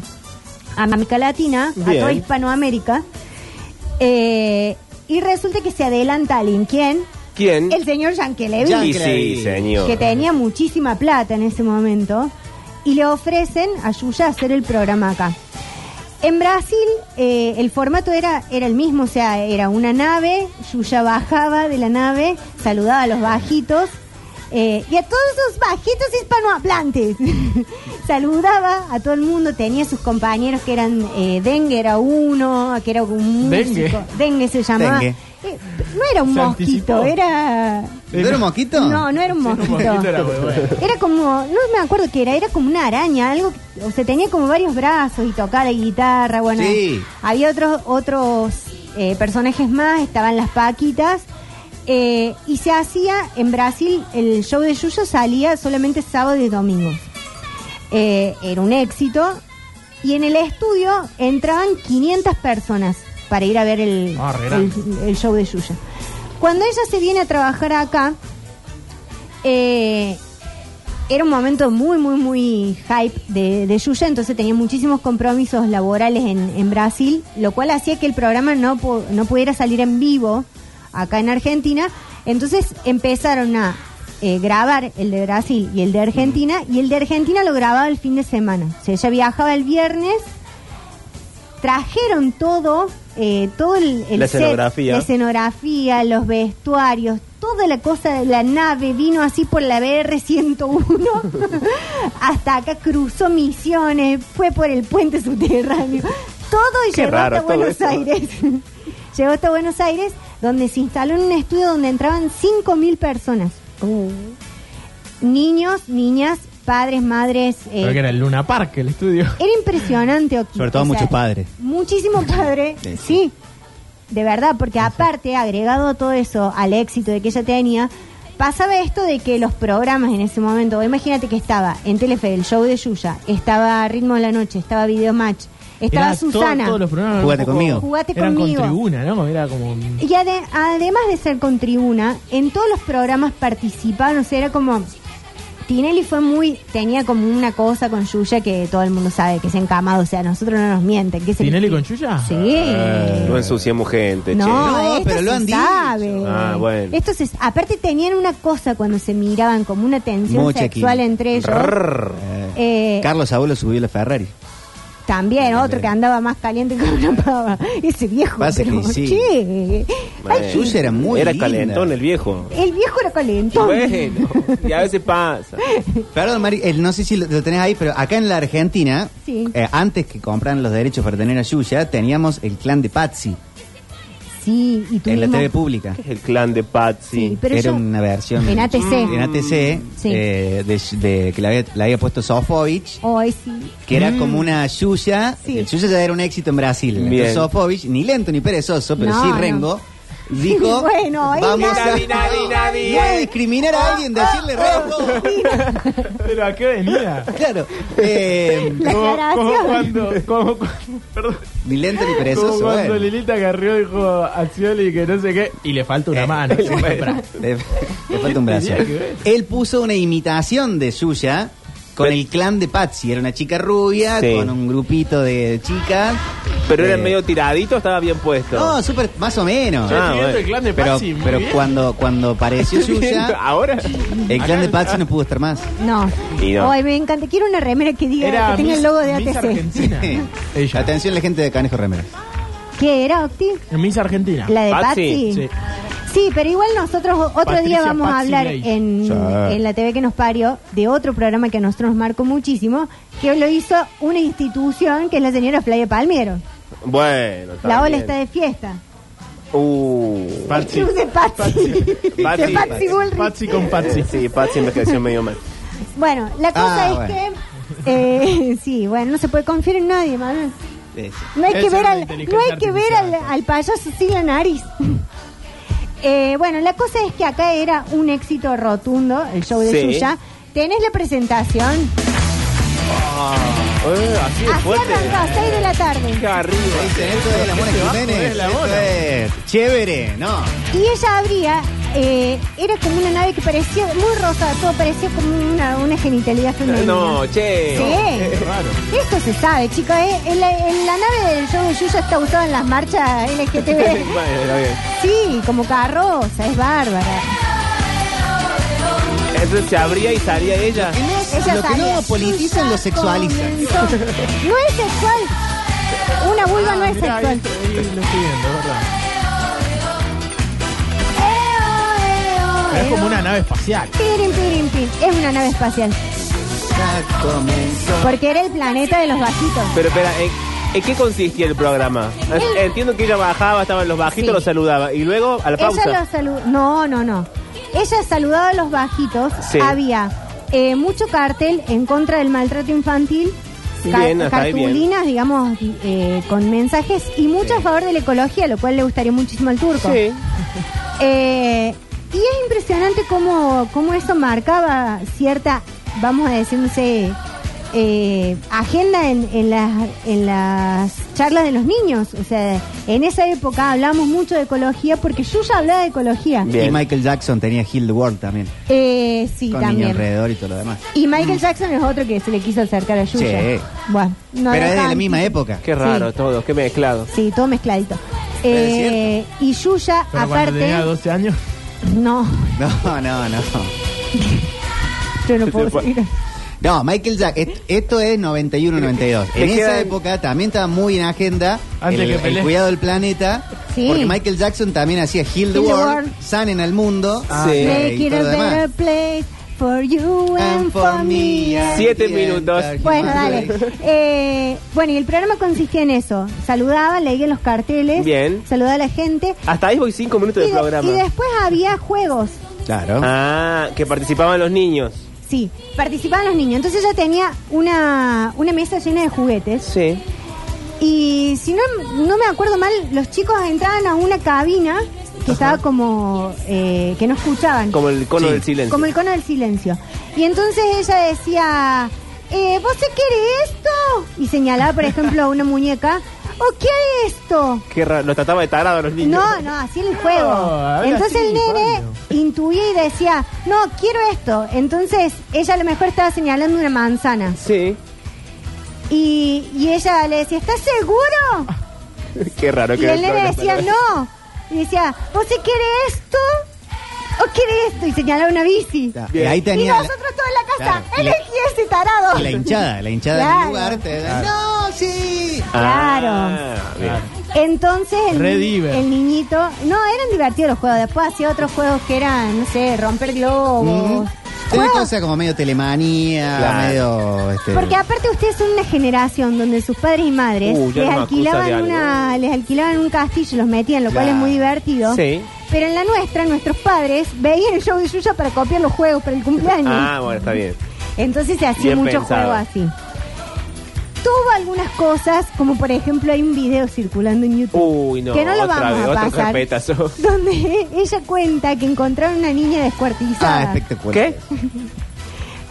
Speaker 7: a América Latina,
Speaker 6: Bien.
Speaker 7: a toda Hispanoamérica. Eh, y resulta que se adelanta alguien. ¿Quién?
Speaker 6: ¿Quién?
Speaker 7: El señor Yankelevich
Speaker 6: Y sí,
Speaker 9: Yankee.
Speaker 6: señor.
Speaker 7: que tenía muchísima plata en ese momento, y le ofrecen a Yuya hacer el programa acá. En Brasil eh, el formato era, era el mismo, o sea, era una nave, Yuya bajaba de la nave, saludaba a los bajitos, eh, y a todos esos bajitos hispanohablantes. saludaba a todo el mundo, tenía sus compañeros que eran eh, Dengue, era uno, que era un músico.
Speaker 8: Dengue.
Speaker 7: Dengue se llamaba.
Speaker 9: Dengue.
Speaker 7: Eh, no era un
Speaker 8: Se
Speaker 7: mosquito,
Speaker 8: anticipó.
Speaker 7: era...
Speaker 9: ¿No era un mosquito?
Speaker 7: No, no era un mosquito.
Speaker 8: era muy bueno.
Speaker 7: Era como, no me acuerdo qué era, era como una araña, algo, que- o sea, tenía como varios brazos y tocaba la guitarra, bueno.
Speaker 9: Sí.
Speaker 7: Había otros otros eh, personajes más, estaban las paquitas. eh, y se hacía en Brasil, el show de Yuyo salía solamente sábado y domingo. Eh, era un éxito. Y en el estudio entraban 500 personas para ir a ver el,
Speaker 8: Ah, re
Speaker 7: el,
Speaker 8: grande.
Speaker 7: el show de Yuya. Cuando ella se viene a trabajar acá, eh, era un momento muy, muy, muy hype de, de Yuya, entonces tenía muchísimos compromisos laborales en, en Brasil, lo cual hacía que el programa no, pu- no pudiera salir en vivo acá en Argentina. Entonces empezaron a eh, grabar el de Brasil y el de Argentina, y el de Argentina lo grababa el fin de semana. O sea, ella viajaba el viernes, trajeron todo, eh, todo el, el
Speaker 6: La
Speaker 7: set,
Speaker 6: escenografía.
Speaker 7: la escenografía, los vestuarios, toda la cosa de la nave vino así por la BR-101 hasta acá, cruzó misiones, fue por el puente subterráneo, todo y
Speaker 6: Qué
Speaker 7: llegó
Speaker 6: raro
Speaker 7: hasta
Speaker 6: todo
Speaker 7: Buenos
Speaker 6: eso.
Speaker 7: Aires. llegó hasta Buenos Aires, donde se instaló en un estudio donde entraban 5.000 personas.
Speaker 9: Oh.
Speaker 7: Niños, niñas, padres, madres. eh,
Speaker 8: Creo que era el Luna Park, el estudio.
Speaker 7: era impresionante, Oki.
Speaker 9: Sobre todo
Speaker 7: O sea,
Speaker 9: muchos padres.
Speaker 7: Muchísimo padre,
Speaker 9: Sí, sí.
Speaker 7: sí. De verdad, porque aparte, agregado a todo eso al éxito de que ella tenía, pasaba esto de que los programas en ese momento, vos imagínate que estaba en Telefe el show de Yuya, estaba Ritmo de la Noche, estaba Videomatch, estaba
Speaker 8: Era todo-
Speaker 7: Susana.
Speaker 8: todos los programas eran
Speaker 9: Jugate
Speaker 8: un poco-
Speaker 9: conmigo.
Speaker 7: Jugate
Speaker 8: eran
Speaker 7: conmigo.
Speaker 8: con tribuna, ¿no? Era como. un-
Speaker 7: Y ade- además de ser con tribuna, en todos los programas participaban, o sea, era como... Tinelli fue muy, tenía como una cosa con Yuya que todo el mundo sabe que es encamado, o sea, a nosotros no nos mienten. que se le-
Speaker 8: ¿Tinelli con Yuya?
Speaker 7: Sí.
Speaker 6: Eh, No ensuciemos gente,
Speaker 7: no,
Speaker 6: che.
Speaker 9: No,
Speaker 7: esto
Speaker 9: pero lo
Speaker 7: se
Speaker 9: han dicho.
Speaker 7: sabe.
Speaker 6: Ah, bueno.
Speaker 7: Esto se- aparte tenían una cosa cuando se miraban, como una tensión
Speaker 9: Mucha
Speaker 7: sexual
Speaker 9: química.
Speaker 7: entre ellos.
Speaker 6: Rrrr.
Speaker 9: Eh,
Speaker 7: Eh,
Speaker 9: Carlos Abuelo subió la Ferrari.
Speaker 7: También, otro que andaba más caliente que una pava. Ese viejo.
Speaker 9: Pasa que
Speaker 7: pero,
Speaker 9: sí.
Speaker 7: che.
Speaker 6: Bueno.
Speaker 7: Ay,
Speaker 9: Suya era muy
Speaker 6: Era
Speaker 9: linda.
Speaker 6: calentón el viejo.
Speaker 7: el viejo era calentón.
Speaker 6: Bueno, y a veces pasa.
Speaker 9: Perdón, Mari, eh, no sé si lo, lo tenés ahí, pero acá en la Argentina,
Speaker 7: Sí.
Speaker 9: eh, antes que compraran los derechos para tener a Yuya, teníamos el clan de Patsy
Speaker 7: Sí, y
Speaker 9: en la
Speaker 7: tuvimos-
Speaker 9: TV pública.
Speaker 6: Es el clan de Patsy.
Speaker 7: Sí, pero
Speaker 9: era
Speaker 7: yo-
Speaker 9: una versión
Speaker 7: en ATC.
Speaker 9: en ATC,
Speaker 7: Sí.
Speaker 9: eh, de, de- que la había, la había puesto Sofovich,
Speaker 7: Ay, sí.
Speaker 9: que era como una Yuya.
Speaker 7: Mm. Sí.
Speaker 9: El Yuya ya era un éxito en Brasil.
Speaker 6: Bien.
Speaker 9: Entonces Sofovich, ni lento ni perezoso, pero
Speaker 7: No,
Speaker 9: sí
Speaker 7: no.
Speaker 9: Rengo, dijo:
Speaker 7: Bueno, ahí
Speaker 9: Vamos a,
Speaker 6: nadie, nadie, nadie.
Speaker 9: Voy a discriminar a alguien, decirle Rengo.
Speaker 8: Pero a qué venía.
Speaker 9: Claro. eh,
Speaker 7: La
Speaker 8: Como- como
Speaker 7: aclaración.
Speaker 8: cuando, como cuando- perdón.
Speaker 9: ni lento ni
Speaker 8: Como
Speaker 9: perezoso.
Speaker 8: cuando
Speaker 9: bueno.
Speaker 8: Lilita Carrió dijo a Scioli que no sé qué. Y le falta una mano.
Speaker 9: Eh,
Speaker 8: Sí,
Speaker 9: bueno, le, le falta un brazo.
Speaker 8: Tenía que ver.
Speaker 9: Él puso una imitación de suya con el clan de Patsy. Era una chica rubia,
Speaker 6: Sí.
Speaker 9: con un grupito de chicas.
Speaker 6: Pero era
Speaker 9: Eh,
Speaker 6: medio tiradito, estaba bien puesto.
Speaker 9: No, súper, más o menos.
Speaker 6: Ah,
Speaker 8: Estoy viendo
Speaker 6: bueno.
Speaker 8: el clan de
Speaker 9: pero
Speaker 8: Patsy, muy
Speaker 9: pero
Speaker 8: bien.
Speaker 9: cuando, cuando apareció
Speaker 6: Estoy viendo
Speaker 9: suya,
Speaker 6: Ahora.
Speaker 9: el clan de Patsy no pudo estar más.
Speaker 7: No.
Speaker 6: Y no.
Speaker 7: Ay, me encanta. Quiero una remera que diga
Speaker 8: Era
Speaker 7: que tenga el
Speaker 8: Miss-
Speaker 7: logo de
Speaker 8: Miss
Speaker 7: ATC.
Speaker 8: Argentina. Ella.
Speaker 9: Atención la gente de Canejo Remeras.
Speaker 7: ¿Qué era, Octi?
Speaker 8: Miss Argentina.
Speaker 7: La de Patsy.
Speaker 6: Patsy.
Speaker 8: Sí.
Speaker 7: Sí, pero igual nosotros o- otro
Speaker 8: Patricia
Speaker 7: día vamos a
Speaker 8: Patsy
Speaker 7: hablar
Speaker 8: Ley.
Speaker 7: en,
Speaker 9: Sí.
Speaker 7: en la TV que nos parió de otro programa que a nosotros nos marcó muchísimo, que lo hizo una institución que es la señora Playa Palmiero.
Speaker 6: Bueno, está
Speaker 7: la ola
Speaker 6: bien.
Speaker 7: está de fiesta.
Speaker 6: Uh.
Speaker 8: Patsy.
Speaker 7: De Patsy. De
Speaker 6: Patsy.
Speaker 7: Patsy Bullrich.
Speaker 8: Patsy con Patsy.
Speaker 6: Eh, Sí, Patsy envejeció medio mal.
Speaker 7: Bueno, la cosa
Speaker 9: Ah,
Speaker 7: es
Speaker 9: bueno.
Speaker 7: que... eh, sí, bueno, no se puede confiar en nadie, Manuel.
Speaker 9: Es-
Speaker 7: No hay
Speaker 8: Debe
Speaker 7: que
Speaker 8: ser
Speaker 7: ver
Speaker 8: una
Speaker 7: al,
Speaker 8: inteligencia
Speaker 7: no hay que ver al,
Speaker 8: artificial.
Speaker 7: al payaso sin la nariz. Eh, bueno, la cosa es que acá era un éxito rotundo el show de
Speaker 6: Sí.
Speaker 7: Yuya. ¿Tenés la presentación?
Speaker 6: Eh, así de
Speaker 7: Así
Speaker 6: fuerte.
Speaker 7: arrancó, 6 de la
Speaker 6: Qué
Speaker 7: tarde.
Speaker 6: arriba.
Speaker 9: Dicen, esto es la Mona Jiménez.
Speaker 8: es la
Speaker 9: esto
Speaker 8: Mona.
Speaker 9: es chévere, ¿no?
Speaker 7: Y ella abría, eh, era como una nave que parecía muy rosada, todo parecía como una, una genitalidad femenina.
Speaker 6: No, che.
Speaker 7: Sí. Esto se sabe, chicos. eh. En la, en la nave del show de Yuya está usada en las marchas LGTB.
Speaker 6: Bueno, está bien.
Speaker 7: Sí, como carroza, es bárbara.
Speaker 6: Entonces se abría y salía ella.
Speaker 7: Ella
Speaker 9: Lo que no
Speaker 7: sabía.
Speaker 9: politizan, lo sexualizan.
Speaker 7: Comenzó. No es sexual. Una vulva
Speaker 9: Ah,
Speaker 7: no es
Speaker 8: Mirá,
Speaker 7: sexual.
Speaker 8: ahí, ahí lo estoy viendo, es verdad.
Speaker 7: Eo, eo,
Speaker 8: Pero es como
Speaker 7: eo.
Speaker 8: una nave espacial.
Speaker 7: Pirin, pirin, pirin. Es una nave espacial.
Speaker 9: Ya comenzó.
Speaker 7: Porque era el planeta de los bajitos.
Speaker 6: Pero espera, ¿en, en qué consistía el programa? Entiendo que ella bajaba, estaban los bajitos,
Speaker 7: Sí.
Speaker 6: los saludaba. Y luego a la pausa.
Speaker 7: Ella los saludó. No, no, no. Ella saludaba a los bajitos.
Speaker 6: Sí.
Speaker 7: Había eh, mucho cartel en contra del maltrato infantil. ca-
Speaker 6: Bien, hasta ahí bien.
Speaker 7: cartulinas, digamos, eh, con mensajes y mucho a favor de la ecología, lo cual le gustaría muchísimo al turco.
Speaker 6: Sí.
Speaker 7: Eh, y es impresionante cómo, cómo eso marcaba cierta, vamos a decir, no sé, eh, agenda en, en las, en las charlas de los niños. O sea, en esa época hablamos mucho de ecología porque yo ya hablaba de ecología.
Speaker 6: Bien.
Speaker 9: Y Michael Jackson tenía Heal the World también.
Speaker 7: Eh, sí,
Speaker 9: con niño
Speaker 7: también.
Speaker 9: alrededor y todo lo demás.
Speaker 7: Y Michael Jackson es otro que se le quiso acercar a Yuya.
Speaker 9: Sí.
Speaker 7: Bueno, no
Speaker 9: Pero
Speaker 7: era
Speaker 9: es de la
Speaker 7: tan-
Speaker 9: misma época.
Speaker 6: Qué raro
Speaker 7: Sí.
Speaker 6: todo, qué mezclado.
Speaker 7: Sí, todo mezcladito.
Speaker 9: Pero es
Speaker 7: Eh, y Yuya,
Speaker 8: Pero cuando
Speaker 7: aparte.
Speaker 8: tenía 12 años.
Speaker 7: No,
Speaker 9: No, no, no.
Speaker 7: yo no
Speaker 6: Se
Speaker 7: puedo
Speaker 6: fue.
Speaker 7: seguir.
Speaker 9: No, Michael Jackson, est- esto es 91-92.
Speaker 6: Te
Speaker 9: En esa
Speaker 6: quedan-
Speaker 9: época también estaba muy en agenda
Speaker 8: Antes
Speaker 9: el,
Speaker 8: que
Speaker 9: el
Speaker 8: pelee.
Speaker 9: cuidado del planeta.
Speaker 7: Sí.
Speaker 9: Porque Michael Jackson también hacía Heal the
Speaker 7: Heal the
Speaker 9: World,
Speaker 7: World.
Speaker 9: Sanen al mundo. ah,
Speaker 6: Sí.
Speaker 9: y
Speaker 7: Make it
Speaker 9: todo
Speaker 7: a
Speaker 9: lo demás.
Speaker 7: better place for you and for me.
Speaker 6: Siete minutos.
Speaker 7: Bueno, dale. Eh, bueno, y el programa consistía en eso. Saludaba, leía los carteles.
Speaker 6: Bien.
Speaker 7: Saludaba a la gente.
Speaker 6: Hasta ahí voy cinco
Speaker 7: Y,
Speaker 6: minutos de
Speaker 7: de-
Speaker 6: programa.
Speaker 7: y después había juegos.
Speaker 9: Claro.
Speaker 6: Ah, que participaban los niños.
Speaker 7: Sí, participaban los niños. Entonces ya tenía una, una mesa llena de juguetes.
Speaker 6: Sí.
Speaker 7: Y si no, no me acuerdo mal, los chicos entraban a una cabina que estaba como... eh, que no escuchaban.
Speaker 6: Como el cono
Speaker 9: Sí.
Speaker 6: del silencio.
Speaker 7: Como el cono del silencio. Y entonces ella decía, eh, ¿vos se quiere esto? Y señalaba, por ejemplo, a una muñeca, ¿o quiere esto?
Speaker 6: Qué raro, los trataba de tarado a los niños.
Speaker 7: No, no, así el juego.
Speaker 8: ahora
Speaker 7: entonces
Speaker 8: sí,
Speaker 7: el nene
Speaker 8: Pablo.
Speaker 7: intuía y decía, no, quiero esto. Entonces ella a lo mejor estaba señalando una manzana.
Speaker 6: Sí.
Speaker 7: Y, y ella le decía, ¿estás seguro?
Speaker 6: Qué raro que
Speaker 7: Y el nene decía, no. Y decía, ¿vos se quiere esto? ¿O quiere esto? Y señalaba una bici.
Speaker 9: Está.
Speaker 6: Bien.
Speaker 9: Y ahí
Speaker 7: Y
Speaker 9: tenía la,
Speaker 7: nosotros toda la casa,
Speaker 9: Claro, y la-
Speaker 7: elegí ese tarado.
Speaker 9: y la hinchada, la hinchada
Speaker 7: Claro.
Speaker 9: del lugar. te- No, sí.
Speaker 6: Ah, bien.
Speaker 7: Entonces el,
Speaker 8: Re
Speaker 7: ni-
Speaker 8: diver.
Speaker 7: el niñito, no, eran divertidos los juegos, después hacía otros juegos que eran, no sé, romper globos.
Speaker 9: Tiene
Speaker 7: Juegos-
Speaker 9: cosas como medio telemanía,
Speaker 6: Claro.
Speaker 9: medio. Este,
Speaker 7: Porque aparte ustedes son una generación donde sus padres y madres
Speaker 6: Uh, ya
Speaker 7: les
Speaker 6: no me acusa
Speaker 7: alquilaban
Speaker 6: de
Speaker 7: una, les alquilaban un castillo y los metían, lo cual
Speaker 9: Claro.
Speaker 7: es muy divertido.
Speaker 6: Sí.
Speaker 7: Pero en la nuestra, nuestros padres veían el show de Yuya para copiar los juegos para el cumpleaños.
Speaker 6: Ah, bueno, está bien.
Speaker 7: Entonces se hacía
Speaker 6: Bien
Speaker 7: mucho
Speaker 6: pensado.
Speaker 7: juego así. Tuvo algunas cosas, como por ejemplo hay un video circulando en YouTube.
Speaker 6: Uy, no,
Speaker 7: que no lo
Speaker 6: otra
Speaker 7: vamos
Speaker 6: vez,
Speaker 7: a
Speaker 6: otro
Speaker 7: pasar.
Speaker 9: Uh.
Speaker 6: carpetazo.
Speaker 7: Donde ella cuenta que encontraron una niña
Speaker 9: Ah,
Speaker 7: descuartizada.
Speaker 9: espectacular.
Speaker 6: ¿Qué?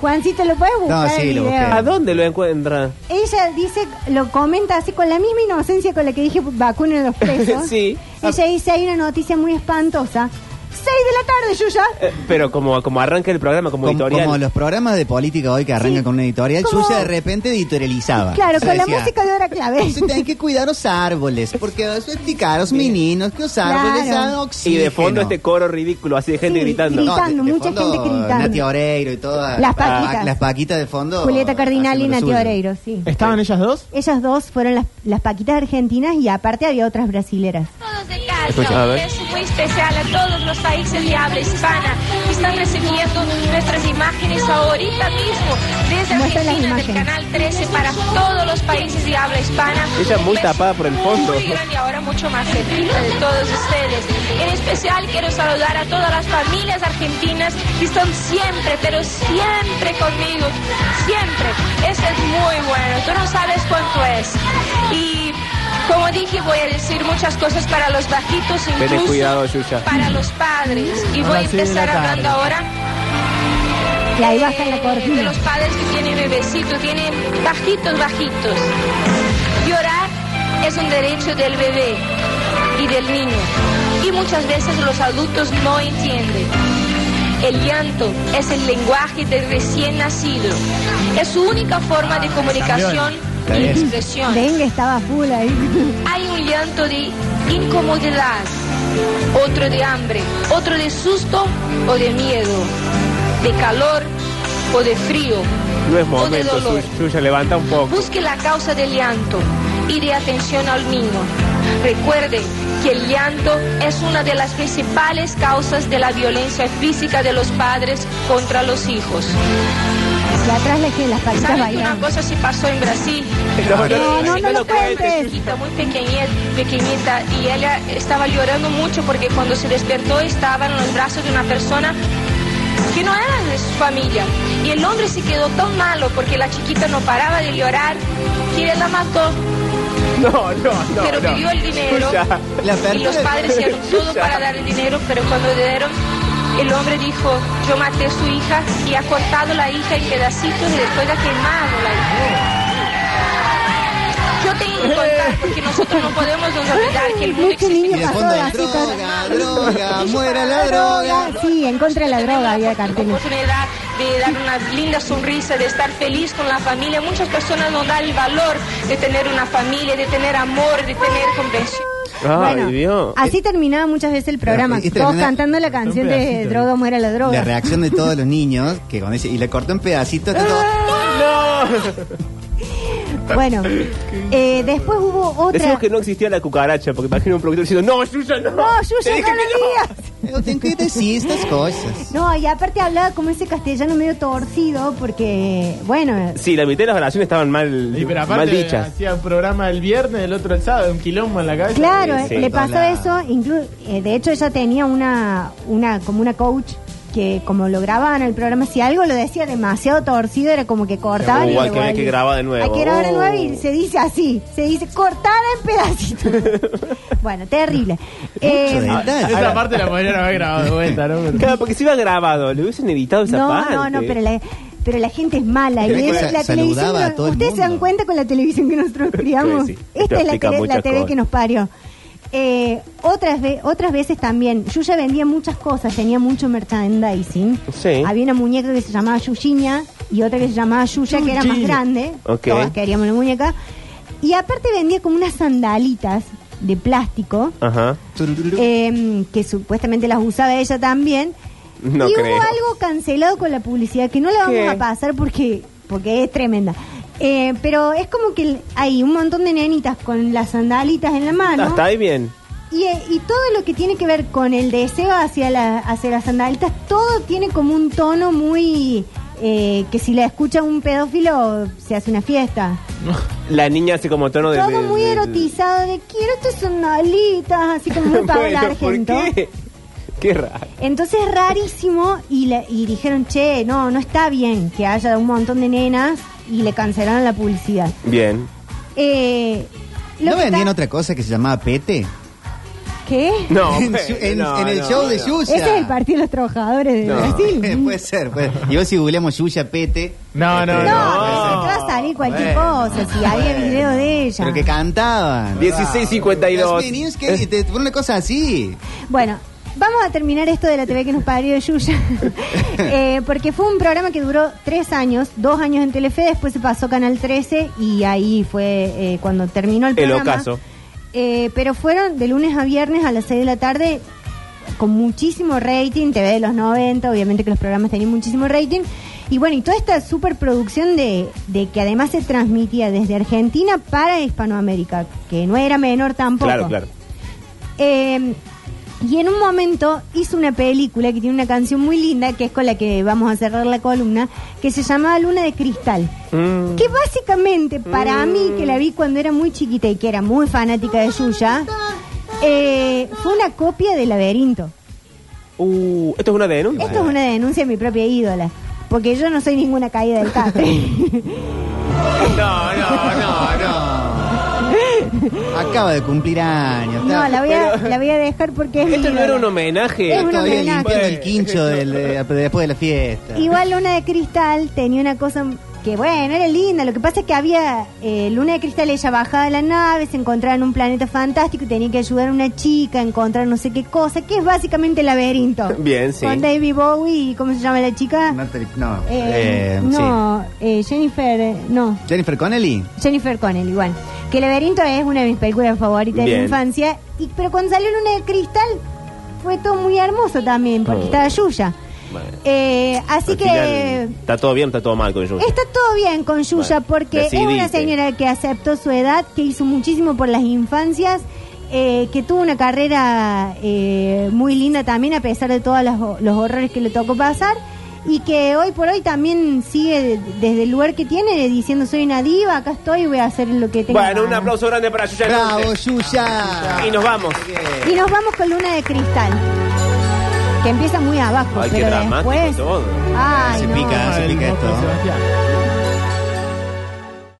Speaker 7: Juancito, ¿lo puedes buscar
Speaker 9: No, sí,
Speaker 7: el
Speaker 9: lo
Speaker 7: video?
Speaker 6: ¿A dónde lo encuentra?
Speaker 7: Ella dice, lo comenta así con la misma inocencia con la que dije vacunen a los presos.
Speaker 6: Sí.
Speaker 7: Ella dice, hay una noticia muy espantosa. Seis de la tarde, Yuya.
Speaker 6: Eh, pero como, como arranca el programa, como,
Speaker 9: Como,
Speaker 6: editorial.
Speaker 9: como los programas de política hoy que arrancan
Speaker 7: Sí.
Speaker 9: con una editorial,
Speaker 7: Como-
Speaker 9: Yuya de repente editorializaba.
Speaker 7: Claro,
Speaker 9: O sea,
Speaker 7: con la
Speaker 9: decía,
Speaker 7: música de hora clave.
Speaker 9: "Entonces tienen que cuidar los árboles, porque os explicar los meninos que los árboles
Speaker 7: Claro.
Speaker 9: dan
Speaker 6: y
Speaker 9: oxígeno.
Speaker 6: de fondo este coro ridículo, así de gente
Speaker 7: Sí,
Speaker 6: gritando.
Speaker 7: grita- Gritando, mucha gente gritando.
Speaker 9: Nati Oreiro y todas
Speaker 7: Las Paquitas.
Speaker 9: las paquitas de fondo.
Speaker 7: Julieta Cardinal y
Speaker 9: haciendo lo
Speaker 7: Nati
Speaker 9: suyo.
Speaker 7: Oreiro, sí.
Speaker 8: ¿Estaban ellas dos?
Speaker 7: Ellas dos fueron las, las paquitas argentinas y aparte había otras brasileras.
Speaker 3: Todos de
Speaker 6: Escucha, Pues, a
Speaker 3: casa,
Speaker 6: ver.
Speaker 3: es muy especial a todos los países de habla hispana que están recibiendo nuestras imágenes ahorita mismo desde
Speaker 7: Muestra las
Speaker 3: Argentina del
Speaker 7: imágenes.
Speaker 3: canal 13 para todos los países de habla hispana.
Speaker 6: Ella muy
Speaker 3: Un beso
Speaker 6: tapada por el fondo.
Speaker 3: Muy grande y ahora mucho más cerquita de todos ustedes. En especial quiero saludar a todas las familias argentinas que están siempre, pero siempre conmigo, siempre. Eso es muy bueno, tú no sabes cuánto es. Y como dije, voy a decir muchas cosas para los bajitos,
Speaker 6: Ten
Speaker 3: incluso
Speaker 6: cuidado, Yuya.
Speaker 3: para los padres. Y
Speaker 8: Ahora
Speaker 3: voy a
Speaker 8: sí, de la
Speaker 3: empezar
Speaker 8: tarde.
Speaker 3: hablando ahora
Speaker 7: Y ahí baja la
Speaker 3: eh, de
Speaker 7: cortina.
Speaker 3: los padres que tienen bebecitos, tienen bajitos, bajitos. Llorar es un derecho del bebé y del niño. Y muchas veces los adultos no entienden. El llanto es el lenguaje del recién nacido. Es su única forma de comunicación
Speaker 9: Ah, Está
Speaker 3: y
Speaker 9: bien.
Speaker 3: expresión
Speaker 7: Venga, estaba full ahí.
Speaker 3: hay un llanto de incomodidad, otro de hambre, otro de susto o de miedo, de calor o de frío.
Speaker 6: No es
Speaker 3: o de
Speaker 6: momento,
Speaker 3: dolor.
Speaker 6: Yu- Yuya, levanta un poco.
Speaker 3: Busque la causa del llanto y de atención al niño. Recuerde que el llanto es una de las principales causas de la violencia física de los padres contra los hijos.
Speaker 7: Y atrás la que las paquitas
Speaker 3: ¿Saben que una
Speaker 7: bailando.
Speaker 3: cosa sí pasó en Brasil?
Speaker 6: No,
Speaker 3: Eh,
Speaker 6: no,
Speaker 7: no,
Speaker 3: se
Speaker 7: no
Speaker 3: quedó
Speaker 7: lo
Speaker 3: con una
Speaker 7: cuentes.
Speaker 3: chiquita muy pequeñita, pequeñita y ella estaba llorando mucho porque cuando se despertó estaba en los brazos de una persona que no era de su familia. Y el hombre se quedó tan malo porque la chiquita no paraba de llorar que él la mató,
Speaker 6: No, no, no.
Speaker 3: pero
Speaker 6: no.
Speaker 3: pidió el dinero.
Speaker 6: Yuya.
Speaker 9: La
Speaker 3: Y los
Speaker 9: apertura-
Speaker 3: padres hicieron todo para dar el dinero, pero cuando dieron, el hombre dijo, yo maté a su hija y ha cortado la hija en pedacitos y después ha quemado la hija. Yo tengo que contar porque nosotros no podemos nos olvidar que el mundo
Speaker 7: Mucho
Speaker 3: existe.
Speaker 7: niño
Speaker 9: Y de
Speaker 7: pasó
Speaker 9: fondo hay
Speaker 7: así.
Speaker 9: droga, droga, muera la droga.
Speaker 7: Sí, en contra de la droga había
Speaker 3: La
Speaker 7: carteles.
Speaker 3: oportunidad de dar una linda sonrisa, de estar feliz con la familia. Muchas personas no dan el valor de tener una familia, de tener amor, de tener comprensión.
Speaker 6: Ay,
Speaker 7: Bueno,
Speaker 6: Dios.
Speaker 7: así terminaba muchas veces el programa.
Speaker 9: Pero, ¿viste,
Speaker 7: Todos
Speaker 9: nena?
Speaker 7: cantando la canción
Speaker 8: Un
Speaker 7: de
Speaker 8: pedacito,
Speaker 7: Droga, muera la droga.
Speaker 9: La reacción de todos los niños, que cuando dice, y le cortó en pedacitos, está todo-
Speaker 7: Ah. Bueno, eh, después hubo otra.
Speaker 6: Decimos que no existía la cucaracha, porque imagino un productor diciendo, no, Yuya, no.
Speaker 7: No,
Speaker 6: Te
Speaker 7: Yuya,
Speaker 6: dije
Speaker 7: no lo digas.
Speaker 9: Yo tengo que decir estas cosas.
Speaker 7: No, y aparte hablaba como ese castellano medio torcido, porque, bueno,
Speaker 6: Sí, la mitad de las oraciones estaban mal,
Speaker 8: Y pero
Speaker 6: mal
Speaker 8: aparte
Speaker 6: dichas.
Speaker 8: hacía un programa el viernes, el otro el sábado, un quilombo en la cabeza.
Speaker 7: claro,
Speaker 6: Sí,
Speaker 7: eh, le pasó
Speaker 9: hola.
Speaker 7: eso. inclu- eh, de hecho, ella tenía una, una, como una coach que, como lo grababan el programa, si algo lo decía demasiado torcido, era como que cortaban. y
Speaker 6: Igual
Speaker 7: lo
Speaker 6: que había que
Speaker 7: volvían.
Speaker 6: grabar de nuevo.
Speaker 7: Hay que grabar de
Speaker 6: Oh.
Speaker 7: nuevo y se dice así: se dice cortada en pedacitos. bueno, terrible. Eh,
Speaker 6: Ah,
Speaker 9: Mucho detalle.
Speaker 8: Esa parte la mayoría no había grabado de vuelta, ¿no? Pero-
Speaker 6: Claro, porque si iba grabado, le hubiesen evitado esa
Speaker 7: No,
Speaker 6: parte.
Speaker 7: no, no, pero la, pero la gente es mala. Y
Speaker 9: Pero
Speaker 7: es
Speaker 9: es que
Speaker 7: la
Speaker 9: sa-
Speaker 7: televisión.
Speaker 9: saludaba a
Speaker 7: que-
Speaker 9: todo el
Speaker 7: Ustedes se dan
Speaker 9: mundo.
Speaker 7: cuenta con la televisión que nosotros criamos.
Speaker 6: Sí, sí. Esto
Speaker 7: Esta es la
Speaker 6: explica
Speaker 7: tele, la
Speaker 6: muchas
Speaker 7: TV que
Speaker 6: cosas.
Speaker 7: nos parió. Eh, otras, ve- otras veces también, Yuya vendía muchas cosas, tenía mucho merchandising.
Speaker 6: Sí.
Speaker 7: Había una muñeca que se llamaba Yushiña y otra que se llamaba Yuya, que era más
Speaker 8: Yuyi.
Speaker 7: grande.
Speaker 6: Ok.
Speaker 7: Todas queríamos la muñeca. Y aparte vendía como unas sandalitas de plástico
Speaker 6: Ajá.
Speaker 9: Turururu.
Speaker 7: eh, que supuestamente las usaba ella también.
Speaker 6: No
Speaker 7: y
Speaker 6: creo.
Speaker 7: hubo algo cancelado con la publicidad que no la vamos
Speaker 6: ¿Qué?
Speaker 7: a pasar porque, porque es tremenda. Eh, pero es como que l- hay un montón de nenitas con las sandalitas en la mano
Speaker 6: Está ahí bien.
Speaker 7: y, eh, y todo lo que tiene que ver con el deseo hacia, la- hacia las sandalitas, todo tiene como un tono muy... eh, que si la escucha un pedófilo se hace una fiesta.
Speaker 6: La niña hace como tono de.
Speaker 7: Todo
Speaker 6: de-
Speaker 7: muy
Speaker 6: de-
Speaker 7: erotizado de quiero tus sandalitas, así como muy Paola
Speaker 6: Bueno, ¿por
Speaker 7: Argento.
Speaker 6: qué? Qué raro.
Speaker 7: Entonces es rarísimo y, le- y dijeron, che, no, no está bien que haya un montón de nenas y le cancelaron la publicidad.
Speaker 6: Bien.
Speaker 7: Eh, lo
Speaker 9: ¿No
Speaker 7: que
Speaker 9: vendían
Speaker 7: está-
Speaker 9: otra cosa que se llamaba Pete?
Speaker 7: ¿Qué?
Speaker 6: No,
Speaker 9: en,
Speaker 6: bueno,
Speaker 9: su- en-
Speaker 6: no,
Speaker 9: en el
Speaker 6: no,
Speaker 9: show de
Speaker 6: no.
Speaker 9: Yuya.
Speaker 7: Ese es el Partido de los Trabajadores de
Speaker 6: No.
Speaker 7: Brasil.
Speaker 9: puede ser, puede ser. Y vos si googleamos Yuya Pete, este,
Speaker 8: No, no,
Speaker 7: No,
Speaker 8: no.
Speaker 7: no, te va a salir cualquier
Speaker 9: Bueno,
Speaker 7: cosa, si había video de ella.
Speaker 9: pero que cantaban.
Speaker 6: 1652.
Speaker 9: Dios mío, es que te ponen una cosa así.
Speaker 7: Bueno, vamos a terminar esto de la TV que nos parió de Yuya. Eh, porque fue un programa que duró tres años, dos años en Telefe, después se pasó Canal 13 y ahí fue eh, cuando terminó el
Speaker 6: El
Speaker 7: programa.
Speaker 6: ocaso.
Speaker 7: Eh, pero fueron de lunes a viernes a las 6 de la tarde con muchísimo rating, TV de los 90, obviamente que los programas tenían muchísimo rating. Y bueno, y toda esta superproducción de, de que además se transmitía desde Argentina para Hispanoamérica, que no era menor tampoco.
Speaker 6: Claro, claro.
Speaker 7: Eh, y en un momento hizo una película que tiene una canción muy linda, que es con la que vamos a cerrar la columna, que se llamaba Luna de Cristal.
Speaker 6: Mm.
Speaker 7: Que básicamente para mí, que la vi cuando era muy chiquita y que era muy fanática de Yuya, eh, fue una copia de Laberinto.
Speaker 6: Uh, esto es una denuncia.
Speaker 7: Esto es una denuncia de mi propia ídola, porque yo no soy ninguna caída del catre.
Speaker 6: No, no, no, no.
Speaker 9: Acaba de cumplir años.
Speaker 7: no,
Speaker 9: está-
Speaker 7: la voy, a, la voy a dejar porque es mi
Speaker 6: Esto no era
Speaker 7: ídola.
Speaker 6: un homenaje.
Speaker 7: Es un
Speaker 9: Todavía
Speaker 7: homenaje.
Speaker 9: limpiando el quincho del- de- después de la fiesta.
Speaker 7: Igual Luna de Cristal tenía una cosa que, bueno, era linda. Lo que pasa es que había eh, Luna de Cristal, ella bajaba de la nave, se encontraba en un planeta fantástico y tenía que ayudar a una chica a encontrar no sé qué cosa, que es básicamente el laberinto.
Speaker 6: Bien, sí.
Speaker 7: Con David Bowie, y ¿cómo se llama la chica?
Speaker 9: Natalie- no,
Speaker 7: Eh,
Speaker 9: eh,
Speaker 7: no, eh, Jennifer, eh, no.
Speaker 9: sí. Jennifer Connelly.
Speaker 7: Jennifer Connelly, igual. Que Laberinto es una de mis películas favoritas de
Speaker 6: Bien.
Speaker 7: la infancia. Y, pero cuando salió Luna de Cristal fue todo muy hermoso también, porque estaba Yuya.
Speaker 6: Oh. Bueno.
Speaker 7: Eh, así
Speaker 6: Al
Speaker 7: que
Speaker 6: final, Está todo bien, está todo mal con Yuya.
Speaker 7: está todo bien con Yuya
Speaker 6: Bueno,
Speaker 7: porque es una
Speaker 6: decidiste.
Speaker 7: señora que aceptó su edad, que hizo muchísimo por las infancias, eh, que tuvo una carrera eh, muy linda también a pesar de todos los, los horrores que le tocó pasar y que hoy por hoy también sigue de- desde el lugar que tiene diciendo soy una diva, acá estoy, voy a hacer lo que tengo.
Speaker 6: Bueno, un aplauso grande para Yuya.
Speaker 9: Bravo,
Speaker 6: Nunte.
Speaker 9: Yuya.
Speaker 6: Y nos vamos.
Speaker 7: Y nos vamos con Luna de Cristal, que empieza muy abajo,
Speaker 6: Ay, qué
Speaker 7: pero
Speaker 6: dramático
Speaker 7: después...
Speaker 6: todo.
Speaker 7: Ay,
Speaker 9: Se
Speaker 7: no.
Speaker 9: pica. Ah, se
Speaker 8: El
Speaker 9: pica esto.
Speaker 8: monstruo Sebastián.